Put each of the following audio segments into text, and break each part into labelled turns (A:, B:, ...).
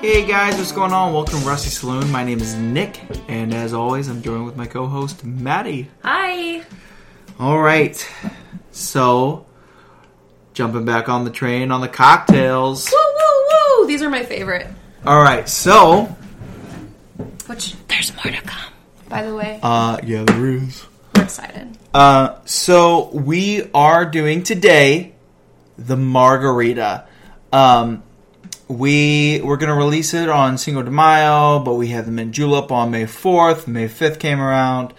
A: Hey guys, what's going on? Welcome to Rusty Saloon. My name is Nick, and as always, I'm joined with my co host, Maddie.
B: Hi.
A: All right, so jumping back on the train on the cocktails.
B: Woo woo woo. These are my favorite.
A: All right, so,
B: Which there's more to come. By the way,
A: uh, yeah, there is.
B: we're excited.
A: Uh, so we are doing today the margarita. Um, we we're gonna release it on Cinco de Mayo, but we had them in Julep on May fourth. May fifth came around,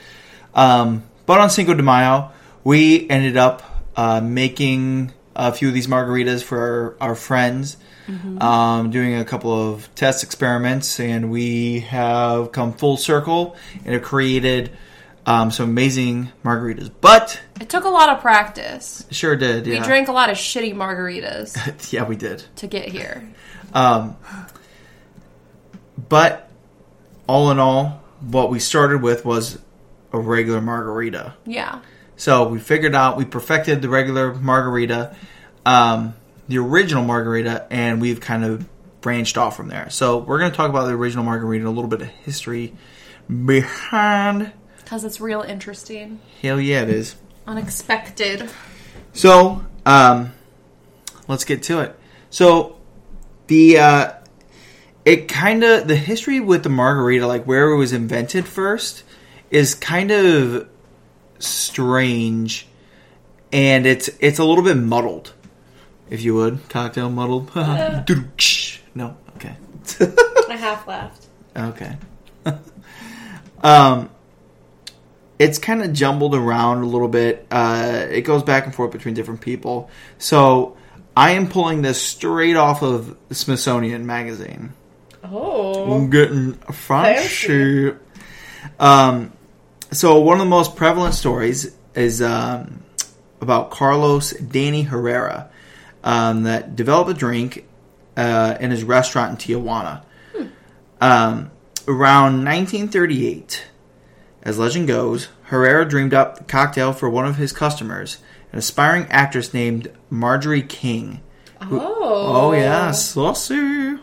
A: um, but on Cinco de Mayo we ended up uh, making a few of these margaritas for our, our friends, um, doing a couple of test experiments, and we have come full circle and have created um, some amazing margaritas. But
B: It took a lot of practice.
A: it sure did. Yeah.
B: We drank a lot of shitty margaritas
A: yeah, we did.
B: to get here.
A: Um, but all in all, what we started with was a regular margarita.
B: Yeah.
A: So we figured out, we perfected the regular margarita, um, the original margarita, and we've kind of branched off from there. So we're going to talk about the original margarita, a little bit of history behind.
B: Because it's real interesting.
A: Hell yeah, it is.
B: Unexpected.
A: So, um, let's get to it. So, the uh, it kind of the history with the margarita, like where it was invented first, is kind of strange, and it's it's a little bit muddled, if you would. Cocktail muddled. no, okay,
B: I half laughed.
A: okay. um, it's kind of jumbled around a little bit. Uh, it goes back and forth between different people. So I am pulling this straight off of Smithsonian Magazine.
B: Oh.
A: I'm getting fancy. Um, so one of the most prevalent stories is um, about Carlos Danny Herrera um, that developed a drink uh, in his restaurant in Tijuana. Um, around 1938, as legend goes, Herrera dreamed up the cocktail for one of his customers, an aspiring actress named Marjorie King.
B: Oh.
A: Oh yeah, saucy.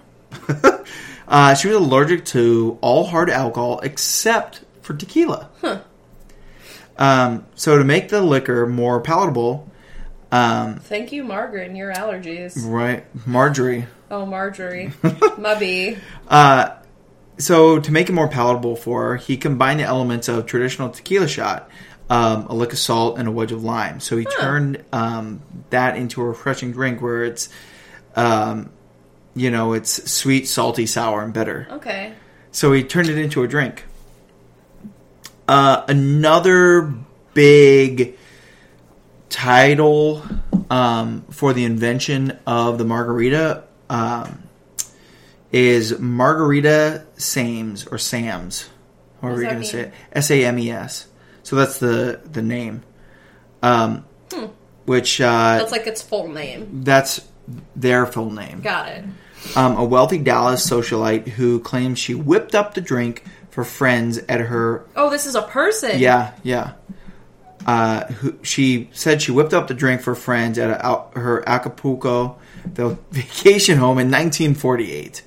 A: uh, she was allergic to all hard alcohol except for tequila. Um, so to make the liquor more palatable, um,
B: Thank you, Margaret, and your allergies.
A: right, Marjorie.
B: Oh, Marjorie. Mubby.
A: Uh, so to make it more palatable for her, he combined the elements of traditional tequila shot, um, a lick of salt, and a wedge of lime. So he turned um, that into a refreshing drink where it's, um, you know, it's sweet, salty, sour, and bitter.
B: Okay.
A: So he turned it into a drink. Uh, another big title um, for the invention of the margarita um, is Margarita Sames or Sam's. What
B: What
A: were you
B: does
A: going
B: that
A: to say? S A
B: mean?
A: M E S. So that's the the name. Um, Which uh,
B: Hmm. That's like its full name.
A: that's their full name
B: Got it.
A: um, a wealthy Dallas socialite who claims she whipped up the drink for friends at her.
B: Oh, this is a person.
A: Yeah, yeah. Uh, who, she said she whipped up the drink for friends at a, Al- her Acapulco the vacation home in 1948.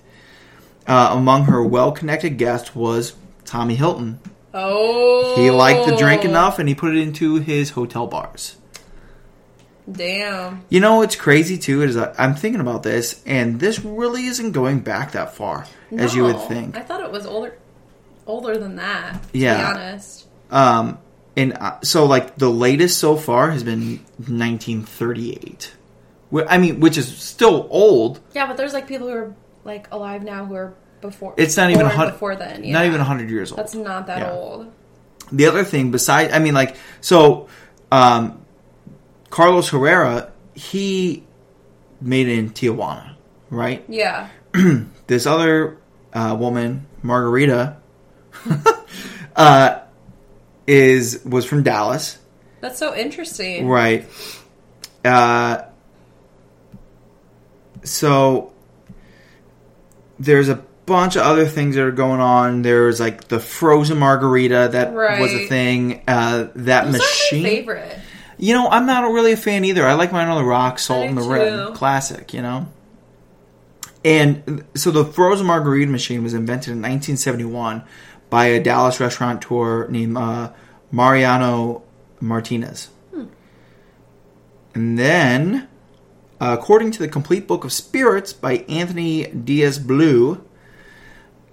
A: Uh, among her well-connected guests was Tommy Hilton.
B: Oh.
A: He liked the drink enough, and he put it into his hotel bars.
B: Damn.
A: You know what's crazy too is I- I'm thinking about this, and this really isn't going back that far as you would
B: No,
A: think.
B: I thought it was older older than that. To
A: Yeah.
B: be honest.
A: Um, and uh, so like the latest so far has been 1938. Wh- I mean, which is still old.
B: Yeah, but there's like people who are like alive now who are before.
A: It's not even a
B: born
A: hun-
B: before then.
A: Not
B: yeah.
A: even 100 years old.
B: That's not that
A: Yeah.
B: old.
A: the other thing besides, I mean, like so, um, Carlos Herrera he made it in Tijuana, right?
B: Yeah.
A: This other uh, woman, Margarita, uh, is was from Dallas.
B: That's so interesting.
A: Right. Uh, so there's a bunch of other things that are going on. There's like the frozen margarita that was a
B: Right.
A: thing. Uh, that
B: Those aren't my
A: machine.
B: favorite.
A: You know, I'm not really a fan either. I like mine on the rock, salt
B: I
A: and
B: do
A: the rim,
B: too.
A: classic. You know. And so the frozen margarita machine was invented in 1971 by a Dallas restaurateur named uh, Mariano Martinez. And then, uh, according to the Complete Book of Spirits by Anthony Diaz Blue,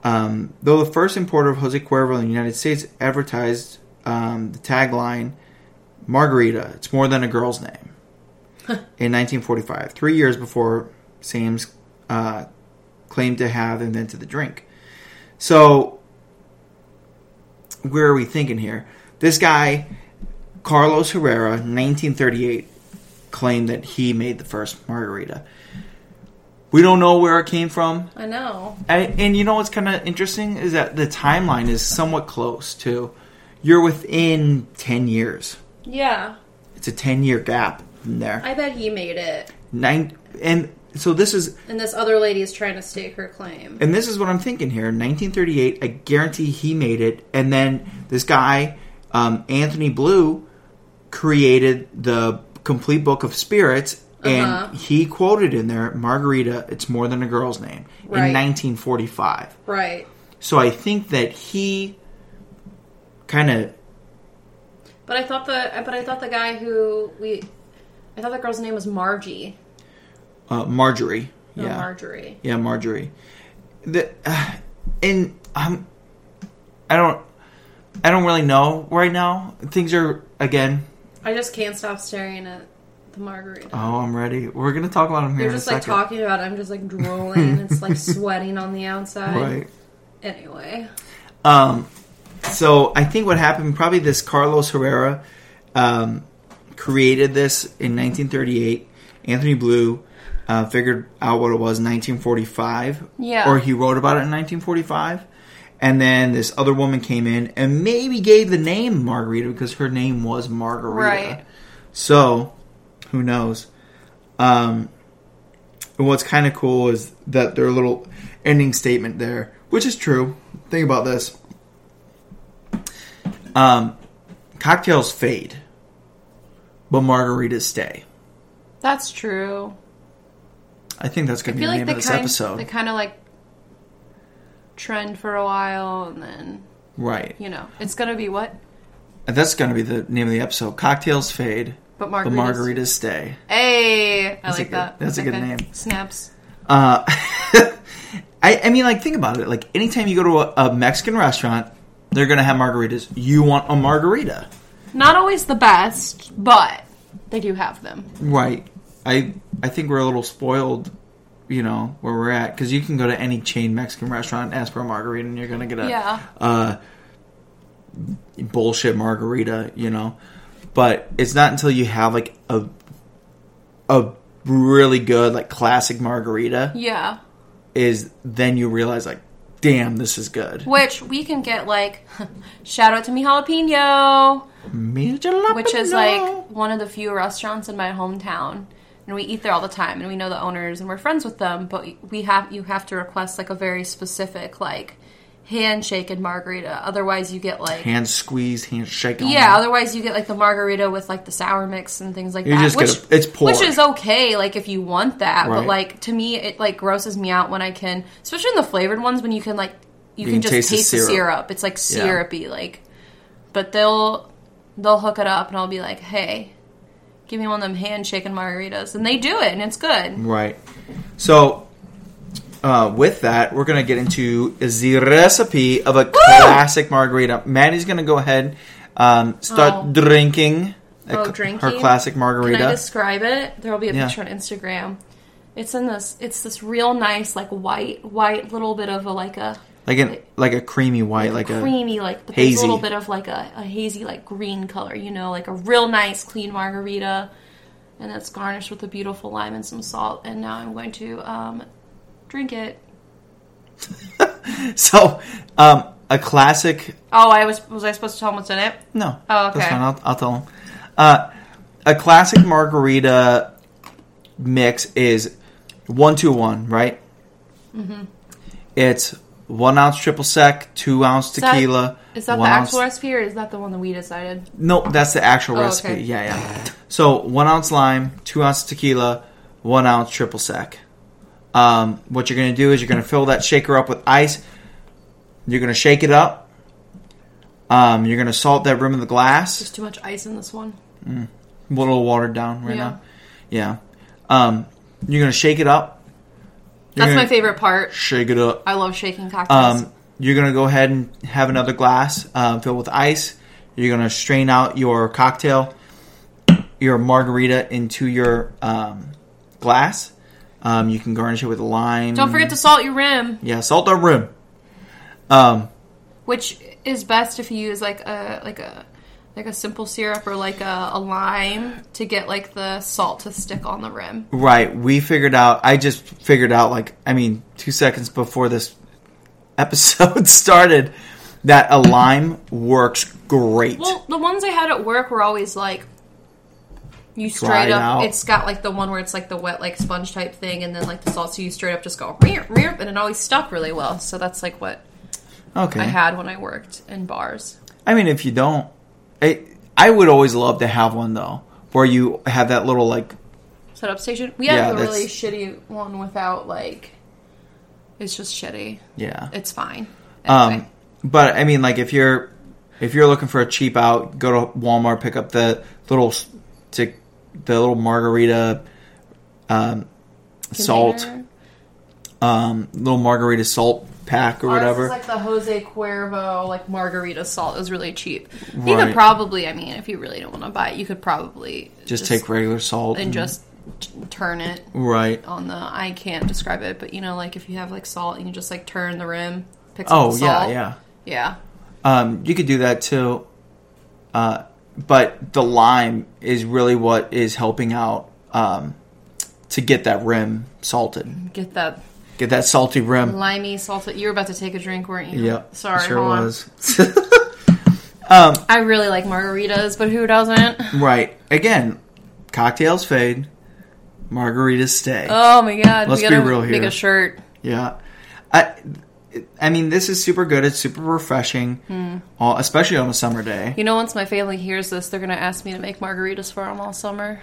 A: um, though the first importer of Jose Cuervo in the United States advertised um, the tagline "Margarita, it's more than a girl's name." in 1945, three years before Sam's uh, claimed to have invented the drink. So, where are we thinking here? This guy, Carlos Herrera, 1938, claimed that he made the first margarita. We don't know where it came from.
B: I know.
A: And, and you know what's kind of interesting is that the timeline is somewhat close to you're within 10 years.
B: Yeah.
A: It's a 10 year gap in there.
B: I bet he made it.
A: Nine, and so this is
B: And this other lady is trying to stake her claim.
A: and this is what I'm thinking here. 1938, I guarantee he made it, and then this guy, um, Anthony Blue, created the complete book of spirits, and
B: Uh-huh.
A: he quoted in there, "Margarita, it's more than a girl's name,"
B: Right.
A: in 1945.
B: Right.
A: So I think that he kind of
B: But I thought the but I thought the guy who we I thought the girl's name was Margie.
A: uh, Marjorie,
B: No,
A: yeah,
B: Marjorie.
A: yeah, Marjorie. The uh, and I'm I don't I don't really know right now. Things are again
B: I just can't stop staring at the margarita.
A: Oh, I'm ready. We're gonna talk about him here.
B: You're
A: in
B: just
A: a
B: like
A: second.
B: talking about it. I'm just like drooling. it's like sweating on the outside.
A: Right.
B: Anyway.
A: Um, so I think what happened, probably this Carlos Herrera um, created this in 1938. Anthony Blue uh, figured out what it was in 1945.
B: Yeah.
A: Or he wrote about it in 1945. And then this other woman came in and maybe gave the name Margarita because her name was Margarita.
B: Right.
A: So, who knows? Um, and what's kind of cool is that their little ending statement there, which is true. Think about this. Um, cocktails fade, but margaritas stay.
B: That's true.
A: I think that's going
B: I
A: to be
B: feel
A: the
B: like
A: name
B: they
A: of this
B: kind,
A: episode.
B: they kind of like trend for a while, and then
A: right.
B: you know it's gonna be what?
A: And that's going to be the name of the episode. Cocktails fade,
B: But
A: but
B: margaritas.
A: margaritas stay.
B: Hey, I
A: That's a
B: like
A: good-
B: that.
A: that's a
B: Like
A: good
B: that.
A: name.
B: Snaps.
A: Uh, I, I mean, like, think about it. Like, anytime you go to a, a Mexican restaurant, they're going to have margaritas. You want a margarita.
B: Not always the best, but they do have them.
A: Right. I I think we're a little spoiled, you know, where we're at because you can go to any chain Mexican restaurant, ask for a margarita, and you're gonna get a
B: Yeah.
A: uh, bullshit margarita, you know. But it's not until you have like a a really good like classic margarita
B: Yeah.
A: is then you realize like, damn, this is good.
B: Which we can get like shout out to mi jalapeno,
A: Me jalapeno.
B: which is like one of the few restaurants in my hometown. And we eat there all the time, and we know the owners, and we're friends with them. But we have you have to request like a very specific like handshake and margarita. Otherwise, you get like
A: hand squeeze, hand shake. on
B: Yeah,
A: it.
B: otherwise you get like the margarita with like the sour mix and things like
A: You
B: that.
A: just
B: which
A: get a- it's poured.
B: which is okay, like if you want that. But
A: Right.
B: like to me, it like grosses me out when I can, especially in the flavored ones, when you can like you,
A: You
B: can,
A: can
B: just taste,
A: taste the
B: the syrup.
A: syrup.
B: It's like syrupy, like. But they'll they'll hook it up, and I'll be like, hey. Give me one of them handshaking margaritas, and they do it, and it's good.
A: Right. So, uh, with that, we're going to get into the recipe of a classic margarita. Maddie's going to go ahead um, start
B: Oh.
A: drinking, a
B: Oh,
A: cl-
B: drinking?
A: her classic
B: Can I
A: margarita.
B: describe it? There will be a
A: Yeah.
B: picture on Instagram. It's in this. It's this real nice, like white, white little bit of a like a
A: like a like a creamy white, like, a
B: creamy, like but there's
A: hazy.
B: a little bit of like a, a hazy, like green color, you know, like a real nice, clean margarita, and that's garnished with a beautiful lime and some salt. And now I'm going to um, drink it.
A: so um, a classic.
B: Oh, I was was I supposed to tell him what's in it?
A: No,
B: Oh,
A: that's
B: okay.
A: fine. I'll, I'll tell them. Uh, a classic margarita mix is one two one, right?
B: Mm-hmm.
A: It's one ounce triple sec, two ounce
B: that-
A: tequila.
B: Is that
A: one
B: the
A: ounce-
B: actual recipe, or is that the one that we decided?
A: No, that's the actual
B: Oh,
A: recipe.
B: okay.
A: Yeah, yeah. So one ounce lime, two ounce tequila, one ounce triple sec. Um, what you're going to do is you're going to fill that shaker up with ice. You're going to shake it up. Um, you're going to salt that rim of the glass.
B: There's too much ice in this one.
A: A little watered down right
B: Yeah.
A: now. Yeah. Um, you're going to shake it up. You're
B: That's
A: gonna
B: my favorite part.
A: Shake it up.
B: I love shaking cocktails.
A: Um, you're gonna go ahead and have another glass uh, filled with ice. You're gonna strain out your cocktail, your margarita into your um, glass. Um, you can garnish it with lime.
B: Don't forget to salt your rim,
A: yeah, salt the rim. Um,
B: which is best if you use like a like a like a simple syrup or like a, a lime to get like the salt to stick on the rim.
A: right, we figured out. I just figured out. Like, I mean, two seconds before this episode started, that a lime works great.
B: Well, the ones I had at work were always like you
A: Dried
B: straight up.
A: out.
B: It's got like the one where it's like the wet like sponge type thing, and then like the salt. So you straight up just go rear rear, and it always stuck really well. So that's like what
A: okay,
B: I had when I worked in bars.
A: I mean, if you don't, I I would always love to have one though, where you have that little like
B: Setup station. We had
A: Yeah,
B: a really
A: that's-
B: shitty one without like. It's just shitty.
A: yeah.
B: It's fine.
A: Um,
B: Anyway.
A: but I mean, like if you're if you're looking for a cheap out, go to Walmart, pick up the little s- to the little margarita um, salt,
B: Container.
A: um, little margarita salt pack or
B: Ours is
A: whatever.
B: like the Jose Cuervo like margarita salt is really cheap. You
A: Right.
B: could probably, I mean, if you really don't want to buy it, you could probably
A: just, take Mm-hmm. regular salt
B: and just t- turn it
A: right.
B: on the. I can't describe it, but you know, like if you have like salt and you just like turn the rim, picks up
A: Oh
B: the
A: yeah,
B: salt.
A: yeah.
B: yeah.
A: Um, you could do that too, uh, but the lime is really what is helping out um, to get that rim salted,
B: Get that
A: get that salty rim.
B: limey salted. You were about to take a drink, weren't you?
A: Yep,
B: Sorry,
A: sure
B: hold on.
A: was.
B: I really like margaritas, but who doesn't?
A: Right again, cocktails fade, margaritas stay.
B: Oh my god,
A: Let's
B: we gotta
A: be real here.
B: make a shirt.
A: Yeah, I, I mean this is super good. It's super refreshing,
B: Hmm.
A: all, especially on a summer day.
B: You know, once my family hears this, they're gonna ask me to make margaritas for them all summer.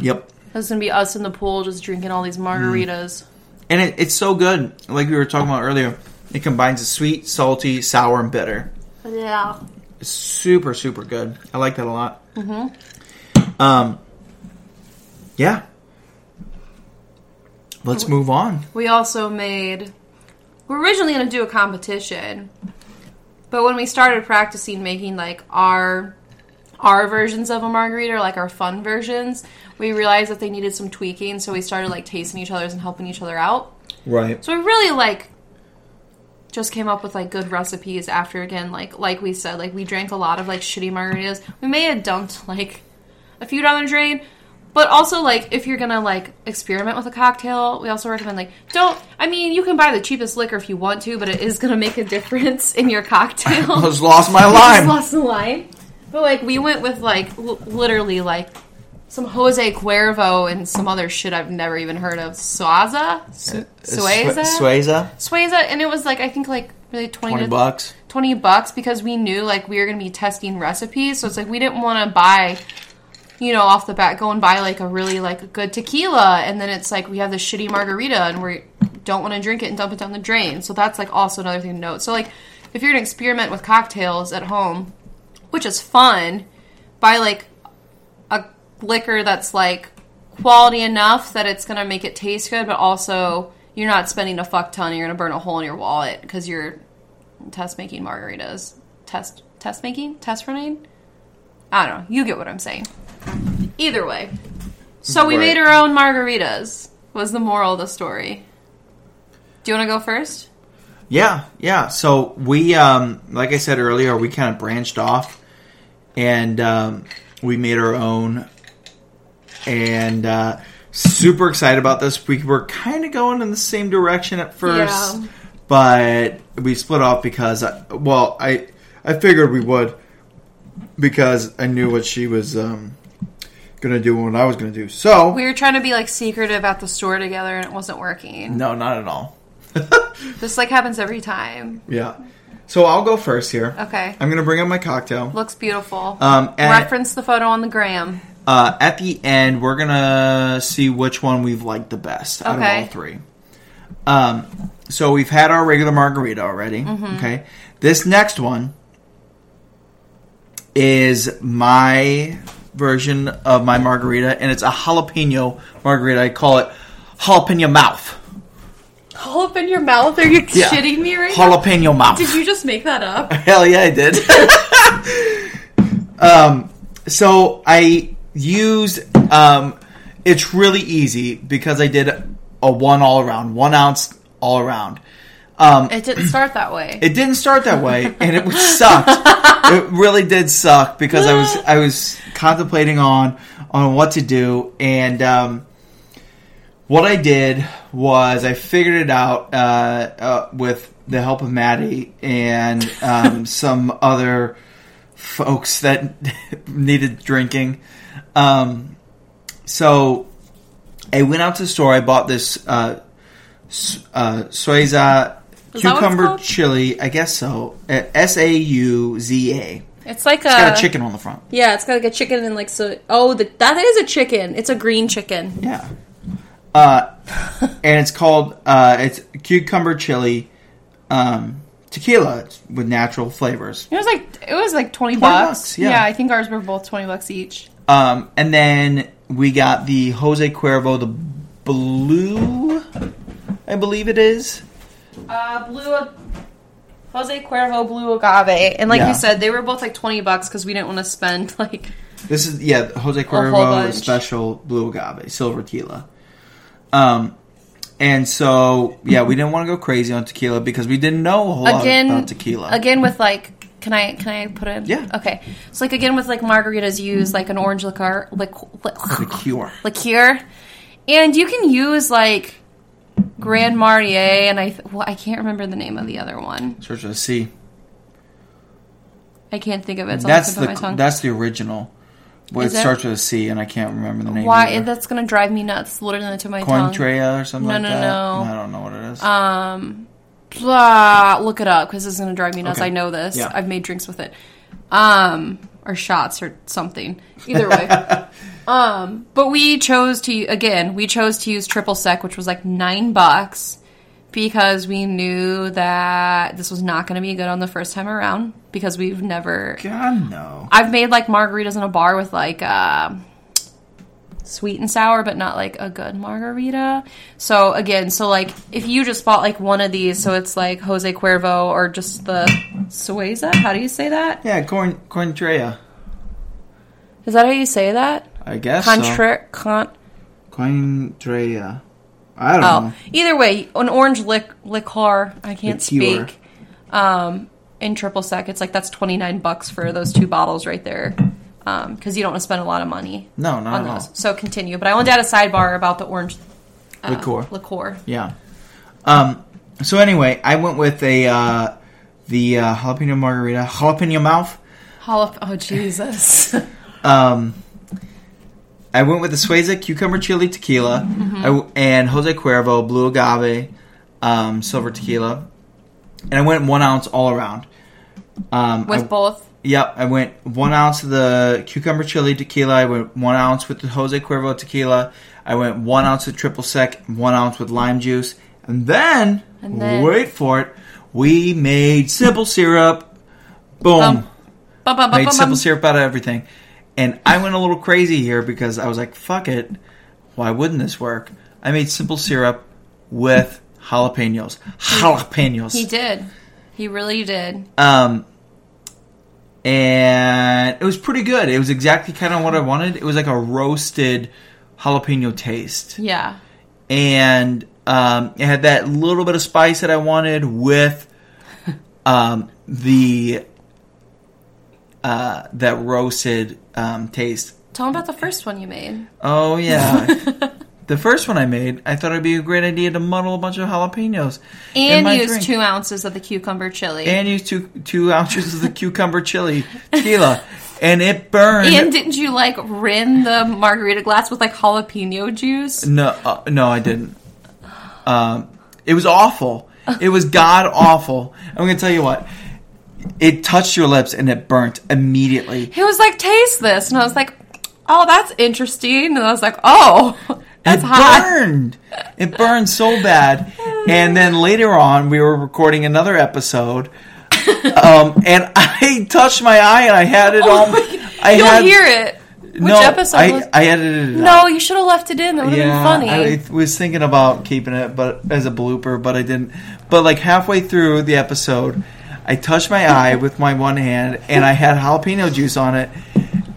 A: Yep,
B: It's gonna be us in the pool just drinking all these margaritas.
A: and it, it's so good. Like we were talking about earlier, it combines the sweet, salty, sour, and bitter.
B: Yeah.
A: super super good. I like that a lot. Mm-hmm. Um, yeah. Let's move on.
B: We also made. We're originally gonna do a competition, but when we started practicing making like our our versions of a margarita, or, like our fun versions, we realized that they needed some tweaking. So we started like tasting each other's and helping each other out.
A: Right.
B: So we really like just came up with like good recipes after again like like we said like we drank a lot of like shitty margaritas. We may have dumped like a few down the drain, but also like if you're gonna like experiment with a cocktail, we also recommend like don't. I mean, you can buy the cheapest liquor if you want to, but it is gonna make a difference in your cocktail.
A: Almost lost my
B: Just
A: lime.
B: lost the lime. But like we went with like l- literally like some Jose Cuervo and some other shit I've never even heard of. Suaza, Su- Sueza,
A: Swe- Sueza.
B: Sueza, and it was like I think like really twenty,
A: Twenty
B: to-
A: bucks.
B: twenty bucks because we knew like we were gonna be testing recipes, so it's like we didn't want to buy. You know, off the bat, go and buy like a really like good tequila, and then it's like we have this shitty margarita, and we don't want to drink it and dump it down the drain. So that's like also another thing to note. So like, if you're gonna experiment with cocktails at home, which is fun, buy like a liquor that's like quality enough that it's gonna make it taste good, but also you're not spending a fuck ton. and You're gonna burn a hole in your wallet because you're test making margaritas. Test test making test running. I don't know. You get what I'm saying. Either way, so we
A: Right.
B: made our own margaritas. Was the moral of the story? Do you want to go first?
A: Yeah, yeah. So we, um, like I said earlier, we kind of branched off, and um, we made our own, and uh, super excited about this. We were kind of going in the same direction at first,
B: Yeah.
A: but we split off because, I, well, I I figured we would because I knew what she was um, gonna do and what I was gonna do. So
B: We were trying to be like secretive at the store together, and it wasn't working.
A: no, not at all.
B: This like happens every time.
A: Yeah. So I'll go first here.
B: Okay.
A: I'm gonna bring up my cocktail.
B: Looks beautiful.
A: Um, and-
B: Reference the photo on the gram.
A: Uh, at the end, we're gonna see which one we've liked the best out of
B: Okay.
A: all three. Um, so we've had our regular margarita already.
B: Mm-hmm.
A: Okay, this next one is my version of my margarita, and it's a jalapeno margarita. I call it jalapeno mouth.
B: Hole in your mouth? Are you
A: Yeah.
B: shitting me right now?
A: Jalapeno mouth.
B: Did you just make that up?
A: Hell yeah, I did. um, so I used. Um, it's really easy because I did a one all around, one ounce all around. Um,
B: It didn't start that way.
A: it didn't start that way, and it was sucked. it really did suck because I was I was contemplating on on what to do, and um, what I did was I figured it out uh, uh, with the help of Maddie and um, some other folks that needed drinking. Um, so I went out to the store. I bought this uh, s- uh, soiza
B: Is that what it's
A: cucumber
B: called?
A: chili. I guess so. Uh, S a u z a.
B: It's like
A: Got a chicken on the front.
B: Yeah, it's got like a chicken and like so. Oh, the, that is a chicken. It's a green chicken.
A: Yeah. Uh, and it's called uh, it's cucumber chili um, tequila with natural flavors.
B: It was like it was like twenty,
A: bucks. bucks, yeah. Yeah, I
B: think ours were both twenty bucks each.
A: Um, and then we got the Jose Cuervo, the blue, I believe it is.
B: Uh, blue a- Jose Cuervo Blue Agave, and like
A: Yeah.
B: you said, they were both like twenty bucks because we didn't want to spend like.
A: This is yeah, Jose Cuervo
B: bunch.
A: is special blue agave, silver tequila. Um, and so yeah, we didn't want to go crazy on tequila because we didn't know a whole
B: again
A: lot about tequila.
B: Again with like can I can I put in?
A: Yeah.
B: Okay. So like again with like margaritas use like an orange liqueur liqueur,
A: Liqueur.
B: liqueur. And you can use like Grand Marnier and I th- well, I can't remember the name of the other one.
A: Search for the C.
B: I can't think of it. It's
A: That's
B: on the
A: the
B: tip of my tongue.
A: that's the original. Well, it
B: Is it?
A: starts with a C, and I can't remember the name.
B: Why
A: either.
B: that's gonna drive me nuts literally on the tip of my tongue.
A: Cointreau or something
B: No,
A: like
B: no,
A: that?
B: no.
A: I don't know what it is.
B: Um blah, Ah, look it up because this is gonna drive me nuts.
A: Okay.
B: I know this.
A: Yeah.
B: I've made drinks with it. Um or shots or something. Either way. um but we chose to again, we chose to use triple sec, which was like nine bucks because we knew that this was not gonna be good on the first time around because we've never
A: God no.
B: I've made like margaritas in a bar with like uh, sweet and sour, but not like a good margarita. So again, so like if you just bought like one of these, so it's like Jose Cuervo or just the Sueza. How do you say that?
A: Yeah, corn Cointreau.
B: Is that how you say that?
A: I guess. so.
B: Contra con.
A: Cointreau. I don't
B: Oh,
A: know.
B: either way, an orange lic- liqueur. I can't
A: Liqueur.
B: speak. Um, in triple sec, it's like that's twenty nine bucks for those two bottles right there. Um, because you don't want to spend a lot of money.
A: No, not
B: on
A: at all.
B: those. So continue. But I wanted to add a sidebar about the orange uh,
A: Liqueur.
B: Liqueur.
A: Yeah. Um. So anyway, I went with a uh, the uh, jalapeno margarita, jalapeno mouth.
B: Jalap- oh Jesus!
A: Um. I went with the Sueza cucumber chili tequila I w- and Jose Cuervo blue agave, um, silver tequila, and I went one ounce all around. Um,
B: With
A: I-
B: both.
A: Yep, I went one ounce of the cucumber chili tequila. I went one ounce with the Jose Cuervo tequila. I went one ounce of triple sec, one ounce with lime juice, and then,
B: And then-
A: wait for it. We made simple syrup. Boom,
B: Um, Bum, Bum, bum, bum,
A: made
B: bum,
A: simple
B: bum.
A: syrup out of everything. And I went a little crazy here because I was like, "Fuck it, why wouldn't this work?" I made simple syrup with jalapenos. Jalapenos.
B: He did. He really did.
A: Um, and it was pretty good. It was exactly kind of what I wanted. It was like a roasted jalapeno taste,
B: Yeah.
A: and um, it had that little bit of spice that I wanted with um, the uh, that roasted um, taste.
B: Tell him about the first one you made.
A: Oh yeah. The first one I made, I thought it'd be a great idea to muddle a bunch of jalapenos in
B: And
A: my
B: use
A: drink.
B: two ounces of the cucumber chili.
A: and used two two ounces of the cucumber chili tequila, and it burned.
B: And didn't you like rim the margarita glass with like jalapeno juice?
A: no, uh, no, I didn't. Um, it was awful. It was god awful. I'm gonna tell you what. It touched your lips and it burnt immediately.
B: He was like, "Taste this," and I was like, oh, that's interesting. And I was like, oh, that's
A: it
B: hot.
A: burned. It burned so bad. And then later on, we were recording another episode, um, and I touched my eye and I had it
B: Oh
A: on.
B: my God.
A: I
B: You'll
A: had,
B: hear it. Which
A: no,
B: episode
A: I,
B: was
A: I edited it. out.
B: No, you should have left it in. That would have
A: yeah,
B: been funny.
A: I was thinking about keeping it, but as a blooper, but I didn't. But like halfway through the episode, I touched my eye with my one hand, and I had jalapeno juice on it,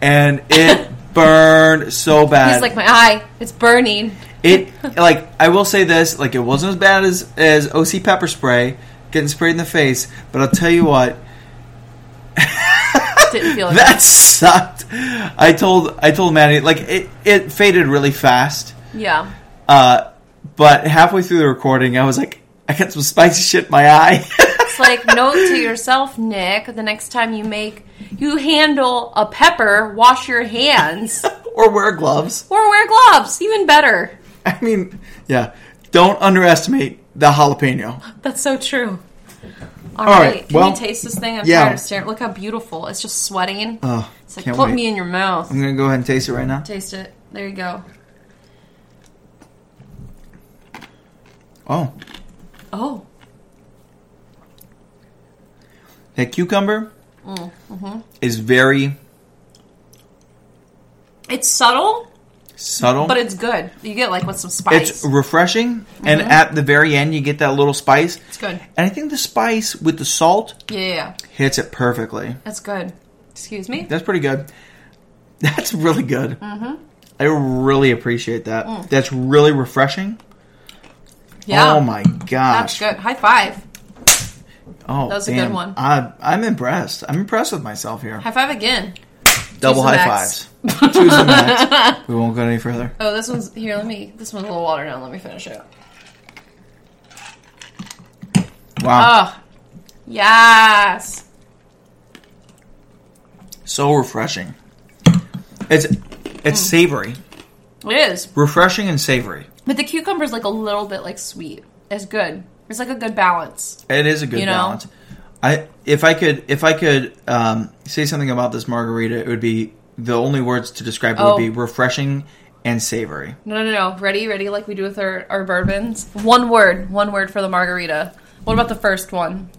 A: and it burned so bad.
B: He's like, my eye, it's burning.
A: It like I will say this, like it wasn't as bad as as OC pepper spray getting sprayed in the face, but I'll tell you what,
B: Didn't feel like that.
A: that sucked. I told I told Maddie like it it faded really fast.
B: Yeah.
A: Uh but halfway through the recording, I was like I got some spicy shit in my eye.
B: It's like, note to yourself, Nick, the next time you make, you handle a pepper, wash your hands
A: or wear gloves.
B: or wear gloves. Even better.
A: I mean, yeah, don't underestimate the jalapeno.
B: That's so true.
A: All
B: All
A: right,
B: right. Can
A: well,
B: you taste this thing? I'm
A: yeah.
B: tired of staring. Look how beautiful. It's just sweating.
A: Oh,
B: it's like,
A: can't
B: put
A: wait.
B: me in your mouth.
A: I'm going to go ahead and taste it right now.
B: Taste it. There you go.
A: Oh,
B: Oh.
A: that cucumber
B: Mm-hmm.
A: is very
B: It's subtle,
A: subtle.
B: but it's good. You get like with some spice. Mm-hmm.
A: It's
B: It's,
A: refreshing, and at the very end, you get that little spice.
B: good.
A: And I think the spice with the salt
B: Yeah, yeah, yeah.
A: hits it perfectly.
B: That's good. Excuse me?
A: That's pretty good. That's really good.
B: Mm-hmm.
A: I really appreciate that. That's really refreshing.
B: Mm. Yeah.
A: Oh my
B: That's
A: gosh.
B: good. High five.
A: Oh,
B: That was a
A: damn.
B: good one.
A: I, I'm impressed. I'm impressed with myself here.
B: High five again.
A: Double high
B: Two's the max.
A: fives. Two's the max. We won't go any further.
B: Oh, this one's here. Let me. This one's a little water now. Let me finish it.
A: Wow.
B: Oh, yes.
A: so refreshing. It's it's
B: Mm.
A: savory,
B: It is.
A: refreshing and savory.
B: But the cucumber's like a little bit like sweet. It's good. It's like a good balance.
A: It is a good
B: You know?
A: balance. I if I could if I could um, say something about this margarita, it would be the only words to describe it
B: Oh.
A: would be refreshing and savory.
B: No, no, no. Ready, ready, like we do with our, our bourbons. One word. One word for the margarita. What about the first one?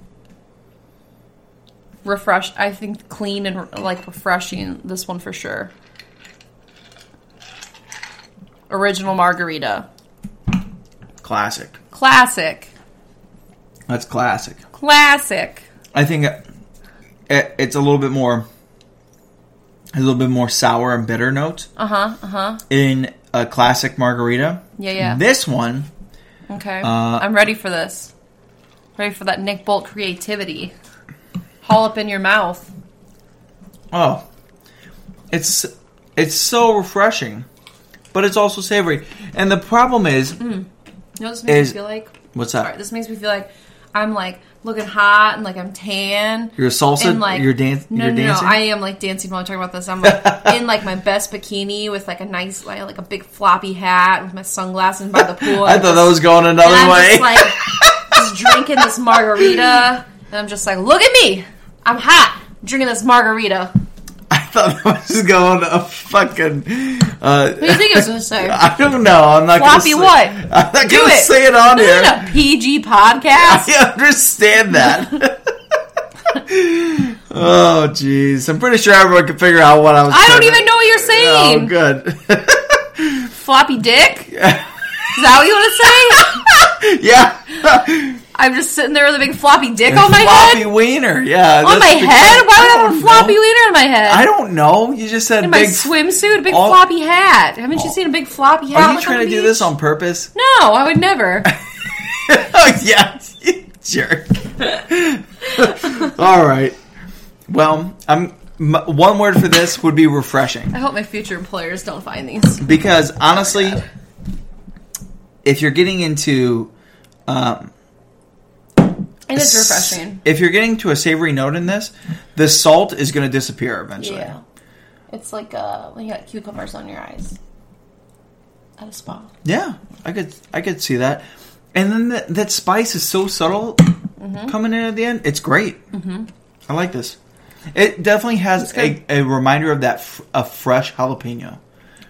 B: Refresh. I think clean and like refreshing. This one for sure. Original margarita.
A: Classic.
B: Classic.
A: That's classic.
B: Classic.
A: I think it, it's a little bit more a little bit more sour and bitter note
B: Uh huh. Uh huh.
A: in a classic margarita.
B: Yeah, yeah.
A: This one,
B: Okay.
A: Uh,
B: I'm ready for this. Ready for that Nick Bolt creativity. Haul up in your mouth.
A: oh, it's it's so refreshing, but it's also savory. And the problem is,
B: You know what this makes
A: Is-
B: me feel like?
A: what's
B: Mm. Sorry,
A: that?
B: this makes me feel like I'm like looking hot and like I'm tan.
A: You're a salsa.
B: and like
A: you're dan-
B: No,
A: you're
B: no,
A: dancing.
B: no. I am like dancing while I'm talking about this. I'm like in like my best bikini with like a nice like, like a big floppy hat with my sunglasses by the pool.
A: I
B: I'm
A: thought
B: just-
A: that was going
B: and
A: another
B: I'm
A: way.
B: just like just drinking this margarita, and I'm just like, look at me, I'm hot, drinking this margarita.
A: I thought that was going a fucking. Uh,
B: What do you think it was gonna say?
A: I don't know. I'm not gonna
B: Floppy
A: say-
B: what?
A: I'm not
B: Do
A: gonna
B: it.
A: say it on
B: This
A: here.
B: isn't a PG podcast.
A: I understand that. oh jeez, I'm pretty sure everyone could figure out what I was.
B: I don't
A: trying to-
B: even know what you're saying.
A: Oh, good.
B: Floppy dick? Is that what you want to say?
A: yeah.
B: I'm just sitting there with a big floppy dick on Oh my
A: floppy
B: head?
A: wiener. Yeah.
B: On my head? Why would I have a floppy
A: wiener?
B: wiener on my head?
A: I don't know. You just said
B: In my
A: big.
B: swimsuit, a big
A: all- Oh.
B: floppy hat. Haven't you seen a big floppy hat?
A: Are you
B: look
A: trying
B: on
A: to
B: the
A: do
B: beach?
A: this on purpose?
B: No, I would never.
A: oh yes, you jerk. All right. Well, I'm m- one word for this would be refreshing
B: I hope my future employers don't find these.
A: because honestly, if you're getting into um,
B: And it's
A: s-
B: refreshing.
A: if you're getting to a savory note in this, the salt is going to disappear eventually.
B: Yeah. It's like uh, when you got cucumbers on your eyes at a spa.
A: Yeah, I could I could see that. And then that
B: Mm-hmm.
A: that spice is so subtle coming in at the end. It's great. Mm-hmm. I like this. It definitely has a, a reminder of that f- a fresh jalapeno.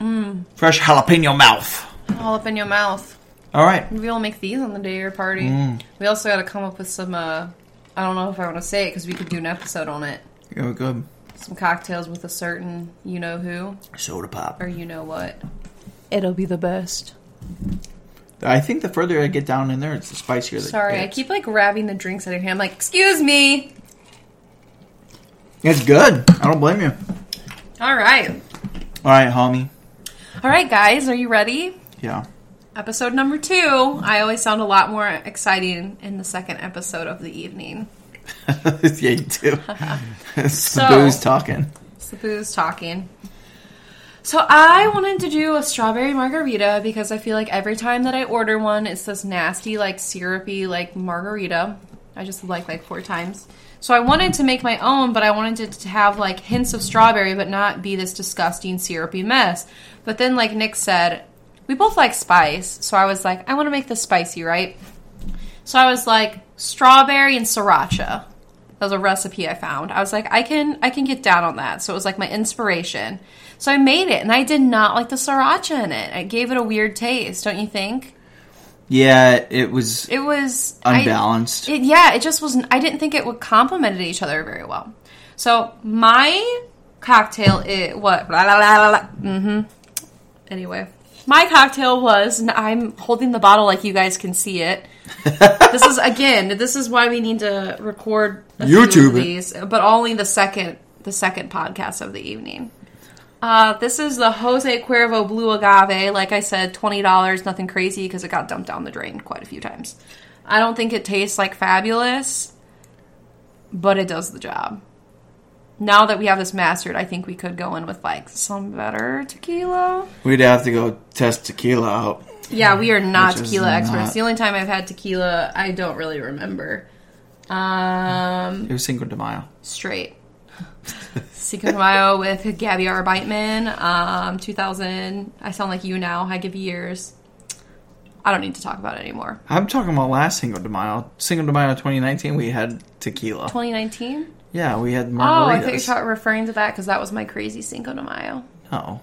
B: Mm.
A: Fresh jalapeno mouth.
B: All up in your mouth.
A: All right.
B: Maybe we'll make these on the day of your party.
A: Mm.
B: We also got to come up with some. uh I don't know if I want to say it because we could do an episode on it.
A: Go- Good.
B: Some cocktails with a certain you know who
A: Soda pop.
B: or you know what. It'll be the best.
A: I think the further I get down in there, it's the spicier. that-
B: Sorry, I keep like grabbing the drinks out of your hand. I'm like, excuse me.
A: It's good. I don't blame you.
B: All right,
A: All right, homie.
B: all right, guys, are you ready?
A: Yeah.
B: Episode number two. I always sound a lot more exciting in the second episode of the evening.
A: yeah, you do. it's the
B: So-
A: booze talking.
B: It's the booze talking. So I wanted to do a strawberry margarita because I feel like every time that I order one, it's this nasty, like syrupy, like margarita. I just like like four times. So I wanted to make my own, but I wanted it to have like hints of strawberry, but not be this disgusting syrupy mess. But then, like Nick said, we both like spice, so I was like, I want to make this spicy, right? So I was like, strawberry and sriracha. That was a recipe I found. I was like, I can I can get down on that. So it was like my inspiration. So I made it and I did not like the sriracha in it. It gave it a weird taste, don't you think?
A: Yeah, it was
B: It was I-
A: unbalanced.
B: it, yeah, it just wasn't. I didn't think it would complemented each other very well. So my cocktail is what? Blah, blah, blah, blah, blah. Mm-hmm. Anyway, my cocktail was. And I'm holding the bottle like you guys can see it. this is again. This is why we need to record a few of
A: YouTube it.
B: these, but only the second the second podcast of the evening. Uh, this is the Jose Cuervo Blue Agave. Like I said, twenty dollars, nothing crazy because it got dumped down the drain quite a few times. I don't think it tastes like fabulous, but it does the job. Now that we have this mastered, I think we could go in with like some better tequila.
A: We'd have to go test tequila out.
B: Yeah, we are not
A: Which is
B: tequila experts.
A: not-
B: The only time I've had tequila, I don't really remember. Um,
A: It was Cinco de Mayo.
B: straight. Cinco de Mayo with Gabby R. Beitman, um, 2000. I sound like you now. I give years. I don't need to talk about it anymore.
A: I'm talking about last Cinco de Mayo. Cinco de Mayo 2019, we had tequila.
B: 2019?
A: yeah, we had
B: Oh,
A: margaritas.
B: I thought you were talking- referring to that because that was my crazy Cinco de Mayo.
A: No.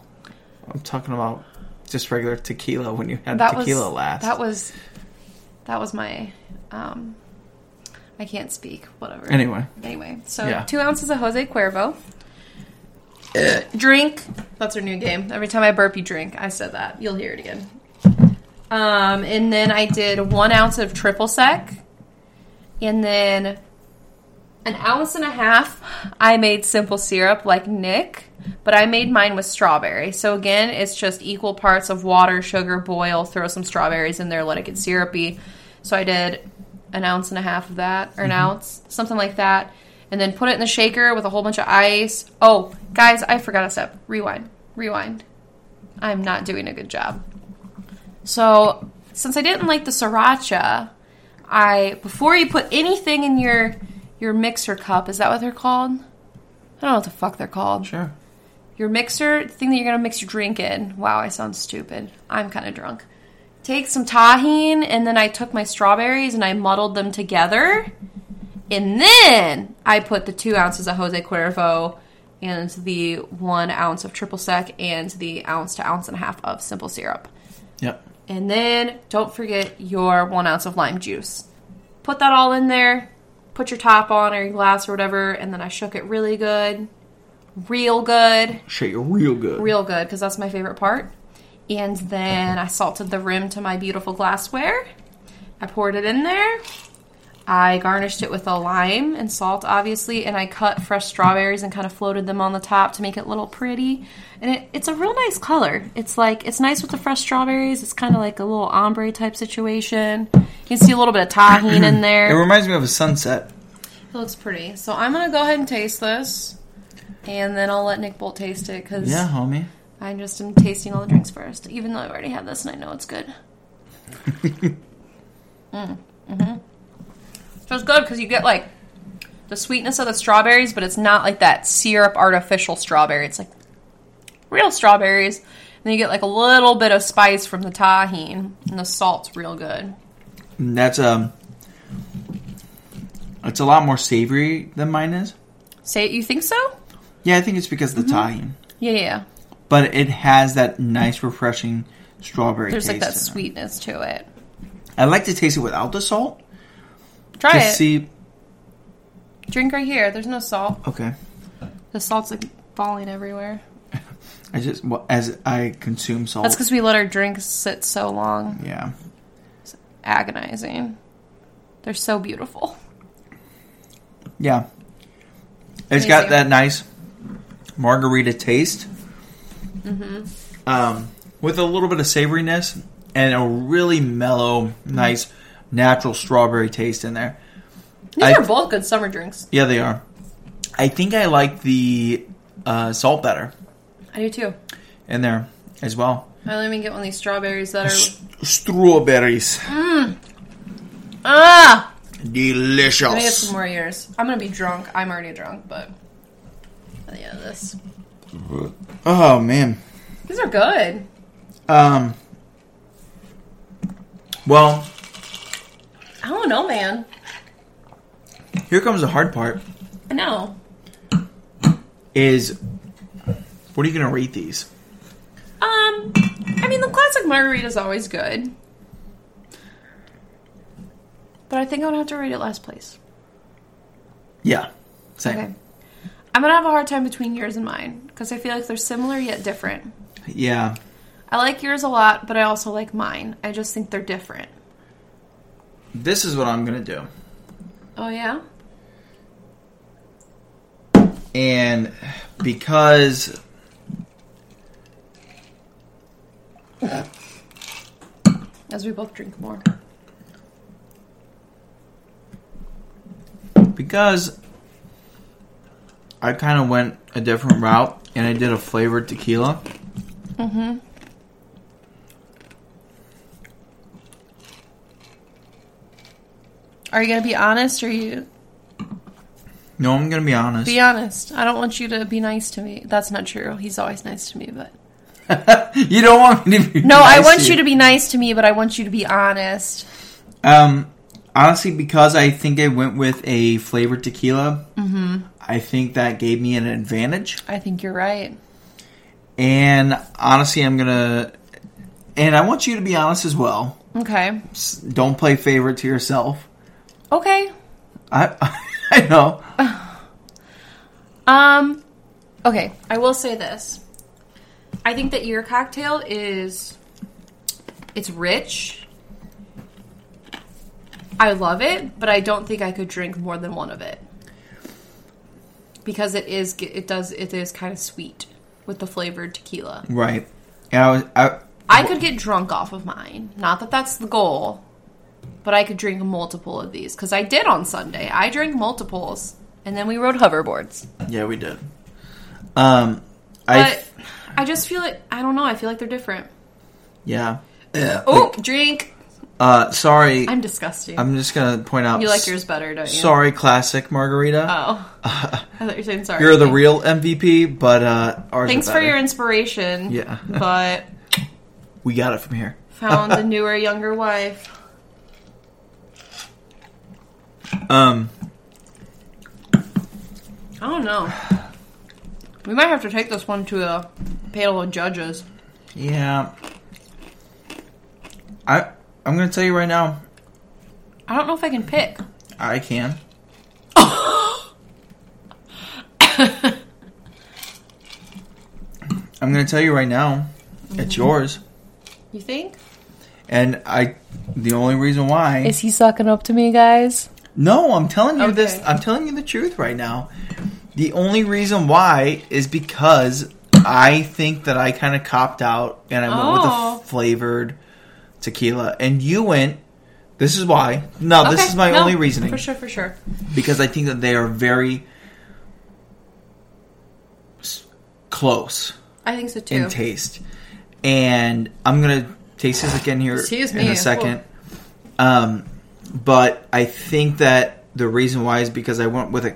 A: I'm talking about just regular tequila when you had
B: That
A: tequila
B: was
A: last.
B: that was that was my. Um, I can't speak. Whatever.
A: anyway,
B: Anyway, so
A: Yeah.
B: two ounces of Jose Cuervo. drink. That's our new game. Every time I burp, you drink. I said that. You'll hear it again. Um, and then I did one ounce of triple sec, and then an ounce and a half. I made simple syrup like Nick, but I made mine with strawberry. So again, it's just equal parts of water, sugar, boil, throw some strawberries in there, let it get syrupy. So I did an ounce and a half of that, or an ounce, something like that, and then put it in the shaker with a whole bunch of ice. Oh, guys, I forgot a step. Rewind, rewind. I'm not doing a good job. So, since I didn't like the sriracha, I before you put anything in your your mixer cup, is that what they're called? I don't know what the fuck they're called.
A: sure.
B: Your mixer, the thing that you're gonna mix your drink in. Wow, I sound stupid. I'm kind of drunk. Take some tahine, and then I took my strawberries and I muddled them together, and then I put the two ounces of Jose Cuervo and the one ounce of triple sec and the ounce to ounce and a half of simple syrup.
A: Yep.
B: And then don't forget your one ounce of lime juice. Put that all in there, put your top on or your glass or whatever, and then I shook it really good. Real good.
A: Shake it real good.
B: Real good, because that's my favorite part. And then I salted the rim to my beautiful glassware. I poured it in there. I garnished it with a lime and salt, obviously, and I cut fresh strawberries and kind of floated them on the top to make it a little pretty. And it, it's a real nice color. It's like, it's nice with the fresh strawberries. It's kind of like a little ombre type situation. You can see a little bit of tahine in
A: it
B: there. It
A: reminds me of a sunset.
B: looks pretty. So I'm going to go ahead and taste this. And then I'll let Nick Bolt taste it because
A: Yeah, homie.
B: I just am tasting all the drinks first, even though I already had this and I know it's good. mm, hmm mm-hmm. So it's good because you get like the sweetness of the strawberries, but it's not like that syrup artificial strawberry. It's like real strawberries. And then you get like a little bit of spice from the tahine, and the salt's real good.
A: And That's um, it's a lot more savory than mine is.
B: Say you think so?
A: Yeah, I think it's because of
B: Mm-hmm.
A: the tahini,
B: Yeah, yeah. yeah.
A: but it has that nice, refreshing strawberry.
B: There's
A: taste
B: like that
A: in it.
B: sweetness to it.
A: I like to taste it without the salt.
B: Try
A: Just
B: it.
A: see.
B: Drink right here. There's no salt.
A: Okay,
B: The salt's like falling everywhere.
A: I just well, as I consume salt.
B: That's because we let our drinks sit so long.
A: yeah,
B: Agonizing. They're so beautiful.
A: yeah. It's
B: Amazing.
A: got that nice margarita taste,
B: Mm-hmm.
A: um, with a little bit of savoriness and a really mellow, nice, natural strawberry taste in there.
B: These
A: I-
B: are both good summer drinks.
A: Yeah, they are. I think I like the uh, salt better
B: I do too.
A: in there as well.
B: I let me get one of these strawberries that are
A: Strawberries,
B: ah.
A: delicious.
B: Let me get some more ears. I'm gonna be drunk. I'm already drunk, but by the end of this,
A: Oh man.
B: these are good.
A: Um. Well,
B: I don't know, man.
A: here comes the hard part:
B: I know.
A: is what are you going to rate these?
B: Um, I mean, the classic margarita is always good, but I think I would have to rate it last place.
A: Yeah, same.
B: Okay. I'm gonna have a hard time between yours and mine because I feel like they're similar yet different.
A: Yeah,
B: I like yours a lot, but I also like mine. I just think they're different.
A: this is what I'm going to do,
B: Oh yeah.
A: and because
B: As we both drink more.
A: because I kind of went a different route and I did a flavored tequila.
B: Are you gonna be honest or you
A: No, I'm going to be honest.
B: Be honest. I don't want you to be nice to me. That's not true. He's always nice to me, but
A: you don't want me to be
B: no, I
A: nice
B: want you to be nice to me, but I want you to be honest.
A: Um, honestly, because I think I went with a flavored tequila,
B: Mm-hmm.
A: I think that gave me an advantage.
B: I think you're right.
A: And honestly, I'm gonna, and I want you to be honest as well.
B: Okay.
A: S- Don't play favorite to yourself.
B: Okay.
A: I, I know.
B: Um. Okay. I will say this. I think that your cocktail is it's rich. I love it, but I don't think I could drink more than one of it because it is it does it is kind of sweet with the flavored tequila.
A: Right. And I was, I,
B: I could get drunk off of mine. Not that that's the goal, but I could drink multiple of these because I did on Sunday. I drank multiples, and then we rode hoverboards.
A: yeah, we did. Um, I,
B: But I just feel it. I don't know. I feel like they're different.
A: yeah.
B: Oh, drink.
A: Uh, sorry. I'm,
B: I'm disgusting.
A: just gonna point out.
B: you like
A: s-
B: yours better, don't you?
A: Sorry, classic margarita.
B: Oh, I thought you were saying sorry.
A: You're the real MVP, but uh, ours are
B: Thanks for
A: better.
B: your inspiration.
A: Yeah.
B: but
A: We got it from here.
B: found a newer, younger wife.
A: Um,
B: I don't know. We might have to take this one to a panel of judges.
A: yeah. I I'm gonna tell you right now,
B: I don't know if I can pick.
A: I can. I'm gonna tell you right now, it's
B: Mm-hmm.
A: yours.
B: You think?
A: And I, the only reason why
B: Is he sucking up to me, guys?
A: No, I'm telling you this.
B: Okay.
A: I'm telling you the truth right now. The only reason why is because I think that I kind of copped out and I went
B: Oh.
A: with a flavored tequila, and you went. This is why. No, Oh, this is my only reasoning
B: For sure, for sure.
A: because I think that they are very s- close
B: I think so too.
A: in taste, and I'm gonna taste this again here
B: Excuse
A: in
B: me.
A: a second. Um, but I think that the reason why is because I went with a,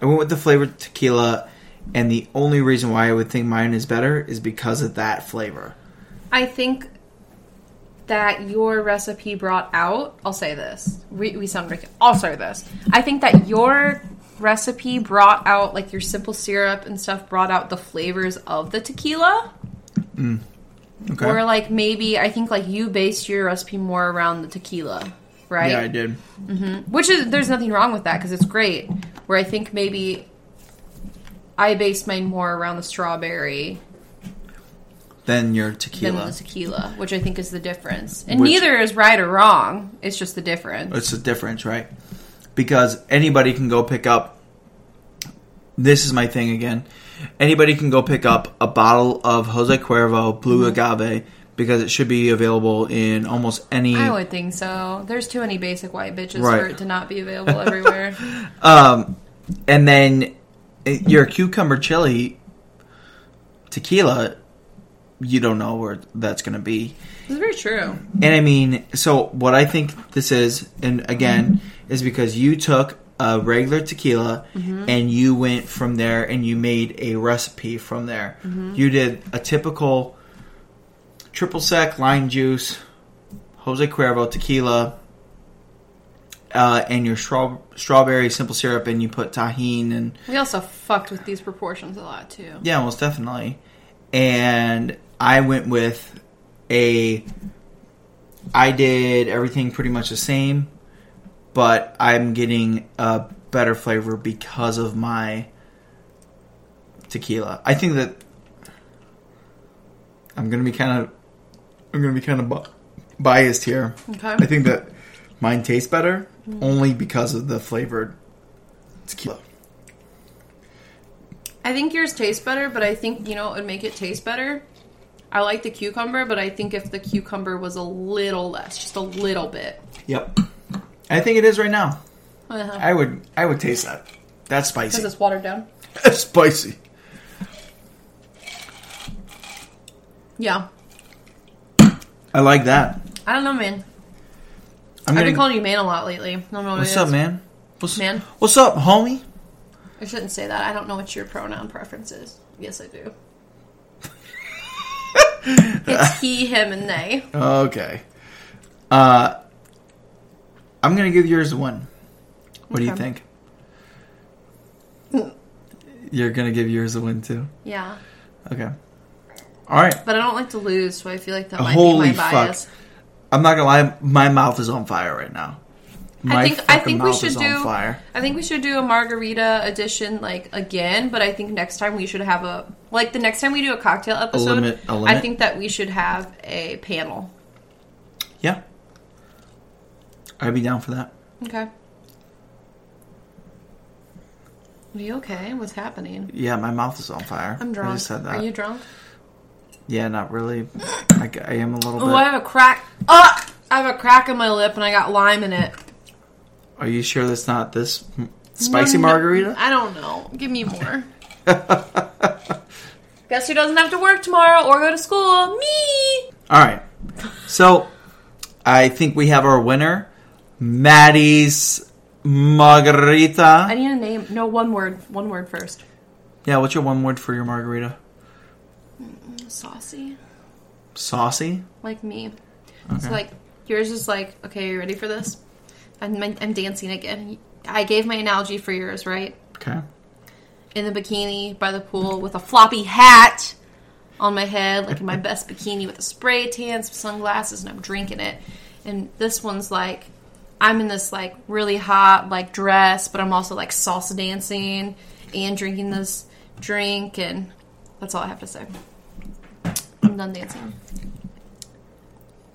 A: I went with the flavored tequila, and the only reason why I would think mine is better is because of that flavor.
B: I think that your recipe brought out. I'll say this. We, we sound ridiculous. I'll say this. I think that your recipe brought out like your simple syrup and stuff brought out the flavors of the tequila.
A: Okay.
B: Or like maybe I think like you based your recipe more around the tequila, right?
A: Yeah, I did.
B: Which is there's nothing wrong with that because it's great. Where I think maybe I based mine more around the strawberry
A: Then your
B: than
A: tequila.
B: the tequila, which I think is the difference. And
A: Which-
B: neither is right or wrong. It's just the difference.
A: It's the difference, right? Because anybody can go pick up. This is my thing again. Anybody can go pick up a bottle of Jose Cuervo Blue Agave because it should be available in almost any.
B: I would think so. There's too many basic white bitches for
A: Right.
B: it to not be available everywhere.
A: Um, and then it- your cucumber chili tequila, you don't know where that's going to be.
B: it's very true.
A: And I mean, so what I think this is, and again, is because you took a regular tequila and you went from there and you made a recipe from there. You did a typical triple sec lime juice, Jose Cuervo tequila, uh, and your straw- strawberry simple syrup, and you put tahine and
B: We also fucked with these proportions a lot too.
A: yeah, most definitely. And I went with a. I did everything pretty much the same, but I'm getting a better flavor because of my tequila. I think that I'm gonna be kind of I'm gonna be kind of bi- biased here.
B: Okay.
A: I think that mine tastes better only because of the flavored tequila.
B: I think yours tastes better, but I think you know it would make it taste better. I like the cucumber, but I think if the cucumber was a little less, just a little bit.
A: Yep, I think it is right now.
B: Because
A: I would I would taste that. That's spicy.
B: it's watered down.
A: That's spicy.
B: Yeah.
A: I like that.
B: I don't know, man.
A: I'm
B: I've been
A: gonna,
B: calling you man a lot lately. I don't know what
A: what's
B: it is.
A: up, man? What's,
B: Man?
A: What's up, homie?
B: I shouldn't say that. I don't know what your pronoun preference is. Yes, I do. it's he, him, and they.
A: Okay. Uh, I'm gonna give yours a one. What do you
B: Okay.
A: think? You're gonna give yours a one too.
B: Yeah.
A: Okay. All right.
B: But I don't like to lose, so I feel like that might
A: Holy
B: be my
A: fuck.
B: bias.
A: I'm not gonna lie. My mouth is on fire right now. My
B: I think I
A: fucking
B: think we
A: mouth
B: should
A: is on
B: do
A: fire.
B: I think we should do a margarita edition like again, but I think next time we should have a like the next time we do a cocktail episode,
A: limit- a limit?
B: I think that we should have a panel.
A: Yeah. I'd be down for that.
B: Okay. Are you okay? What's happening?
A: Yeah, my mouth is on fire.
B: I'm drunk.
A: I just said that.
B: Are you drunk?
A: Yeah, not really. I, g- I am a little bit.
B: Oh, I have a crack. Ah! I have a crack in my lip and I got lime in it.
A: Are you sure that's not this m- spicy
B: No, no,
A: margarita?
B: I don't know. Give me more. Guess who doesn't have to work tomorrow or go to school? Me.
A: All right. So I think we have our winner, Maddie's
B: I
A: margarita.
B: need a name. No, one word. One word first.
A: Yeah, what's your one word for your margarita?
B: Saucy,
A: Saucy.
B: like me. So like yours is like okay. You ready for this? I'm I'm dancing again. I gave my analogy for yours, right?
A: Okay.
B: In the bikini by the pool with a floppy hat on my head, like in my best bikini with a spray tan, some sunglasses, and I'm drinking it. And this one's like I'm in this like really hot like dress, but I'm also like salsa dancing and drinking this drink, and that's all I have to say. I'm done dancing.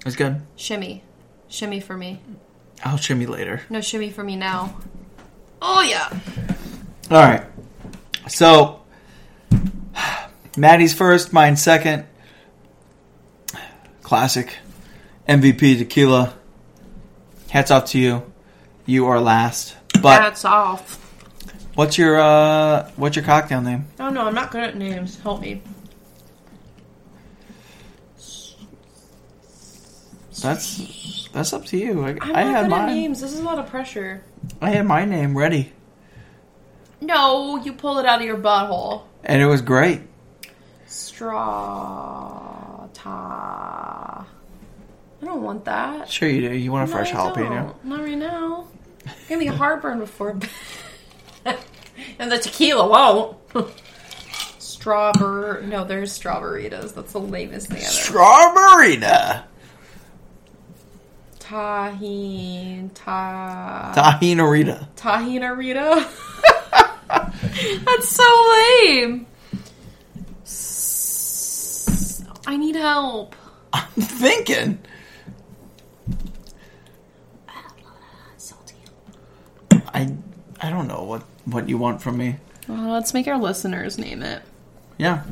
A: That's good.
B: Shimmy. Shimmy for me.
A: I'll shimmy later.
B: No shimmy for me now. Oh yeah.
A: All right. So Maddie's first, mine second. Classic MVP tequila. Hats off to you. You are last. But
B: That's off.
A: What's your uh what's your cocktail name?
B: Oh no, I'm not good at names. Help me.
A: That's that's up to you. I,
B: I'm
A: I
B: not
A: had
B: good at
A: mine.
B: names. This is a lot of pressure.
A: I had my name ready,
B: No, you pull it out of your butthole.
A: and it was great.
B: Straw ta. I don't want that.
A: Sure, you do. You want a fresh
B: I
A: jalapeno?
B: don't. Not right now. I'm gonna be heartburn before bed. and the tequila won't. Strawberry. No, there's strawberritas. That's the lamest thing ever.
A: Strawberryna.
B: Tahin. Ta.
A: Tahinorita.
B: Tahinarita. That's so lame. S- I need help.
A: I'm thinking. I I don't know what what you want from me.
B: Well, let's make our listeners name it.
A: Yeah.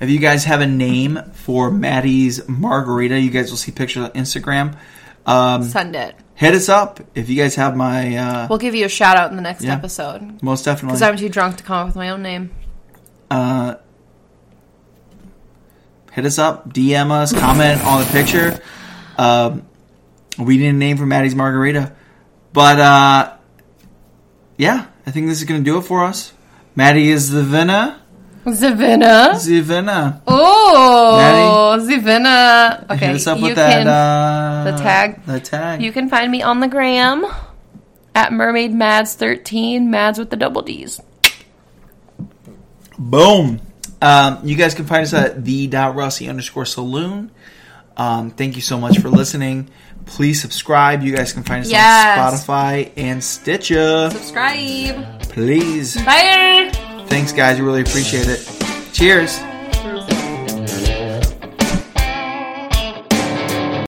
A: If you guys have a name for Maddie's margarita, you guys will see pictures on Instagram. Um,
B: Send it.
A: hit us up if you guys have my uh,
B: We'll give you a shout out in the next
A: Yeah.
B: episode.
A: most
B: Because
A: definitely.
B: I'm too drunk to come up with my own name.
A: Uh, hit us up, DM us, comment on the picture. Um, we need a name for Maddie's margarita, but uh, yeah, I think this is gonna do it for us. Maddie is the Vina,
B: Zavina.
A: the Vina.
B: Oh, Zavina. Okay,
A: hit us up
B: you
A: with that.
B: can
A: uh,
B: the tag.
A: The tag.
B: you can find me on the gram at Mermaid Mads 13 Mads with the double D's.
A: Boom. Um, you guys can find us at the Rossi underscore saloon. Um, thank you so much for listening. Please subscribe. You guys can find us
B: Yes.
A: on Spotify and Stitcher.
B: Subscribe.
A: Please.
B: Bye.
A: Thanks, guys. We really appreciate it. Cheers.